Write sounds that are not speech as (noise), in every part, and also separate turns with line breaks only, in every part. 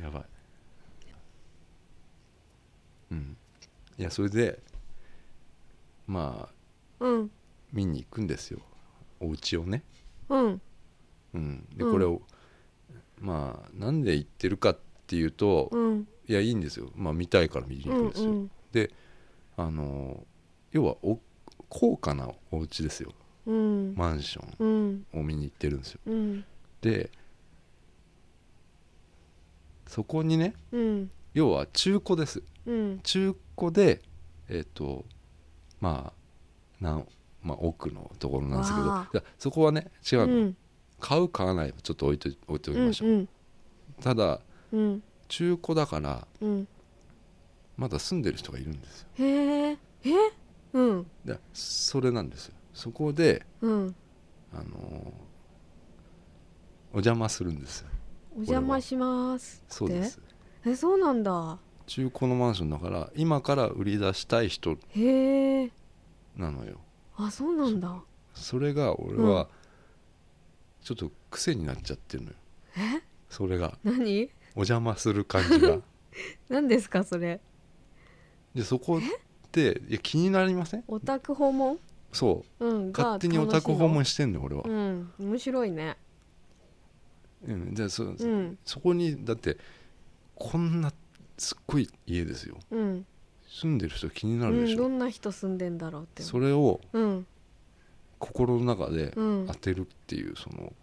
やばいうんいやそれでまあ
うん
見に行くんですよお家をね、
うん
うん、で
うん
これを、まあなんで行ってるかっていうと、
うん
いやいいんですよ、まあ、見たいから見に行
う
くん
ん
ですよ、
うん
あの要はお高価なお家ですよ
うん
マンション
うん
を見に行ってるんですよ
うん
でそこにね
うん
要は中古です
うん
中古でえっ、とまあなん、まあ、奥のところなんですけど
わあ
いやそこはね違
う
うの、
ん
買う買わないはちょっと置いとい置いておき
うん
ましょう、ただ
うん
中古だから
うん
まだ住んでる人がいるんですよ
へええうん
でそれなんですよそこで
うん
あのーお邪魔するんですよ
お邪魔しますって
そうです
えそうなんだ
中古のマンションだから今から売り出したい人
へえ
なのよ
あそうなんだ
それが俺
うん
はちょっと癖になっちゃってるのよ、
え
それが
何
お邪魔する感じが
何ですかそれ
でそこっていや気になりません
オタク訪問
そう
うんが
勝手にオタク訪問してんの俺は
楽しい、のうん面白いね
うん、でそ
うん
そこにだってこんなすっごい家ですよ
うん、
住んでる人気に
う
なるで
ん、
し
ど
ょ、
んな人住んでんだろうって
それを
うん
心の中で
うん
当てるっていうその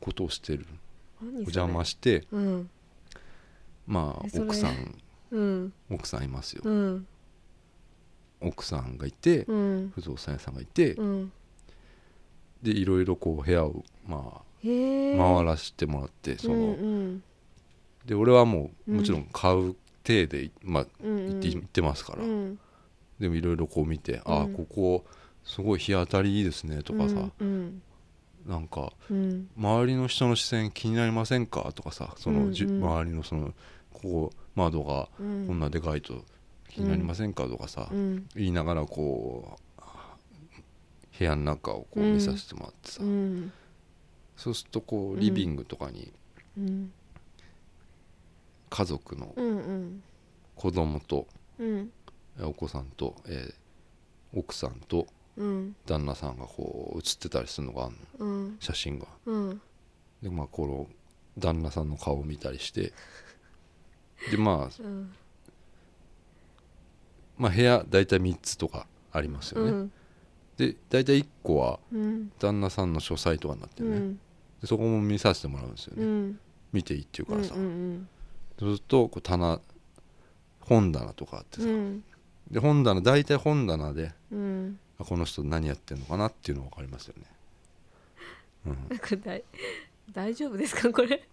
ことをしてる
何
お
それ
邪魔して
うん
まあ
えそれ
奥さん
うん
奥さんいますよ
うん
奥さんがいて
うん
不動産屋さんがいて
うん
でいろいろこう部屋をまあ
へえ
回らしてもらってそ
うん
の
うん
で俺はもう
うん
もちろん買う体でまあ
うんうん
行って行ってますから
うん
でもいろいろこう見てああ
うん
ここすごい日当たりいいですねとかさ
うん
なんか
うん
周りの人の視線気になりませんかとかさそ
うんう
の
ん
じゅ周りのそのここ窓が
うん
こんなでかいと気になりませんかとかさ
うん
言いながらこう部屋の中をこう
うん
見させてもらってさ
うん
そうするとこ
う
うんリビングとかに
うん
家族の
うんうん
子供と
うん
えお子さんとえー奥さんと
うん
旦那さんがこう写ってたりするのがあるの
うん
写真が。
うん
でまあこの旦那さんの顔を見たりしてでまあ、
うん
まあ、部屋大体3つとかありますよね、で大体1個は
うん
旦那さんの書斎とかになって
う
るね、
ん
でそこも見させてもらうんですよ
う
ね、
ん
見ていいっていうからさ、
うん
そうするとこう棚本棚とかあって
う
さ、
ん
で本棚大体本棚で
うん
あこの人何やってんのかなっていうの分かりますよね、うん、
なんか大大丈夫ですかこれ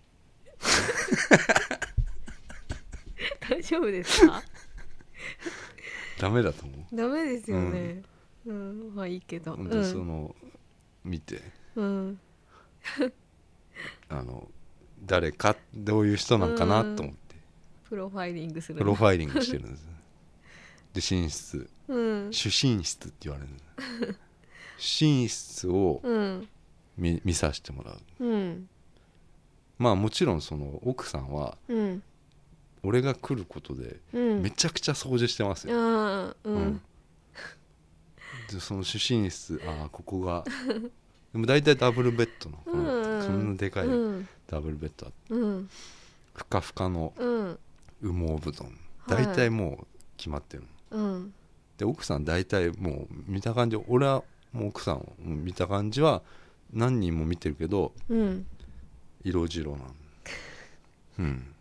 大丈夫ですか
ダメだと思う
ダメですよねうん、まあいいけどう
本当にそ
ん
の、見て
うん
あの誰かどういう人なんかなと思って。
プロファイリングする
プロファイリングしてるんですで寝室
うん
主寝室って言われるんです寝室を
うん
見見させてもらう
うん
まあもちろんその奥さんは
うん
俺が来ることで
うん
めちゃくちゃ掃除してますよ、
あーう
うん
ん
でその主寝室ああここがでも大体ダブルベッドのこの、
うん
そんなでかい
うん
ダブルベッドあって
うん
ふかふかの
うん
羽毛布団
はい
大体もう決まってるの、
うん
で奥さん大体もう見た感じ俺はもう奥さんを見た感じは何人も見てるけど
うん
色白なの
(laughs)
うん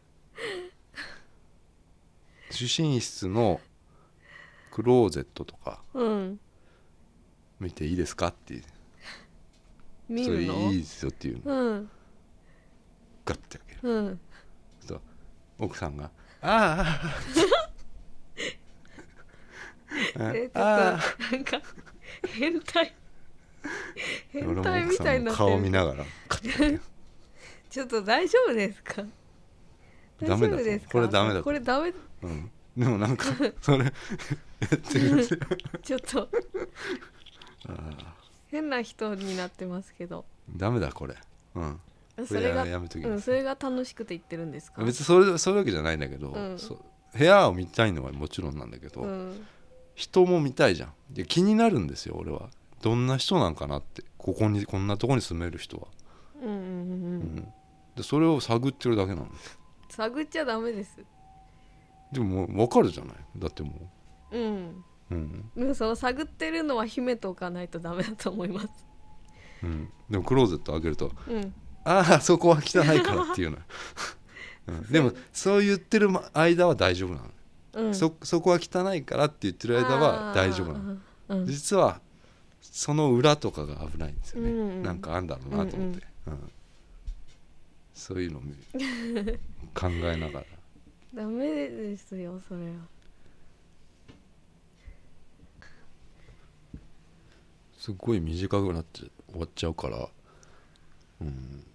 主寝室のクローゼットとか
うん
見ていいですかっていう
見
それ
る
い
の
いですよっていうの
うん
ガッて開ける
うん
そう奥さんが「あああ
(laughs) えちょっと
ああ
なんか変態
俺
変
も
態
奥
み
さ
たい
ん
にな
の
ってる
顔見ながらカッて開ける
ちょっと大丈夫ですか
ダメだ
大丈夫ですか
これダメだと
これダメ
うんでも
(laughs)
なんかそれや (laughs) ってるんですよ
ちょっと
(laughs) ああ
変な人になってますけど
ダメだこれうん
それが
やめとき
う
ま
ん、
す、
それが楽しくて言ってるんですか。
別にそれそういうわけじゃないんだけど、
うん
そ部屋を見たいのはもちろんなんだけど、
うん、
人も見たいじゃんで気になるんですよ俺はどんな人なんかなってここにこんなとこに住める人は、
うん、うん、うん
う
うんん。
でそれを探ってるだけなの
探っちゃダメです。
でももう分かるじゃないだっても
うん。
ううん、
でもその探ってるのは秘めておかないとダメだと思います。
うん、でもクローゼット開けると
うん。
ああそこは汚いからっていう
(laughs)
のよ、うん、でもそう言ってる間は大丈夫なの、
うん。
そそこは汚いからって言ってる間は大丈夫なの
あー。うん。
実はその裏とかが危ないんですよね、
うん
なんかあんだろうなと思って、うんそういうのを見考えながら
ダメですよ、それは。
すっごい短くなって終わっちゃうから、うん、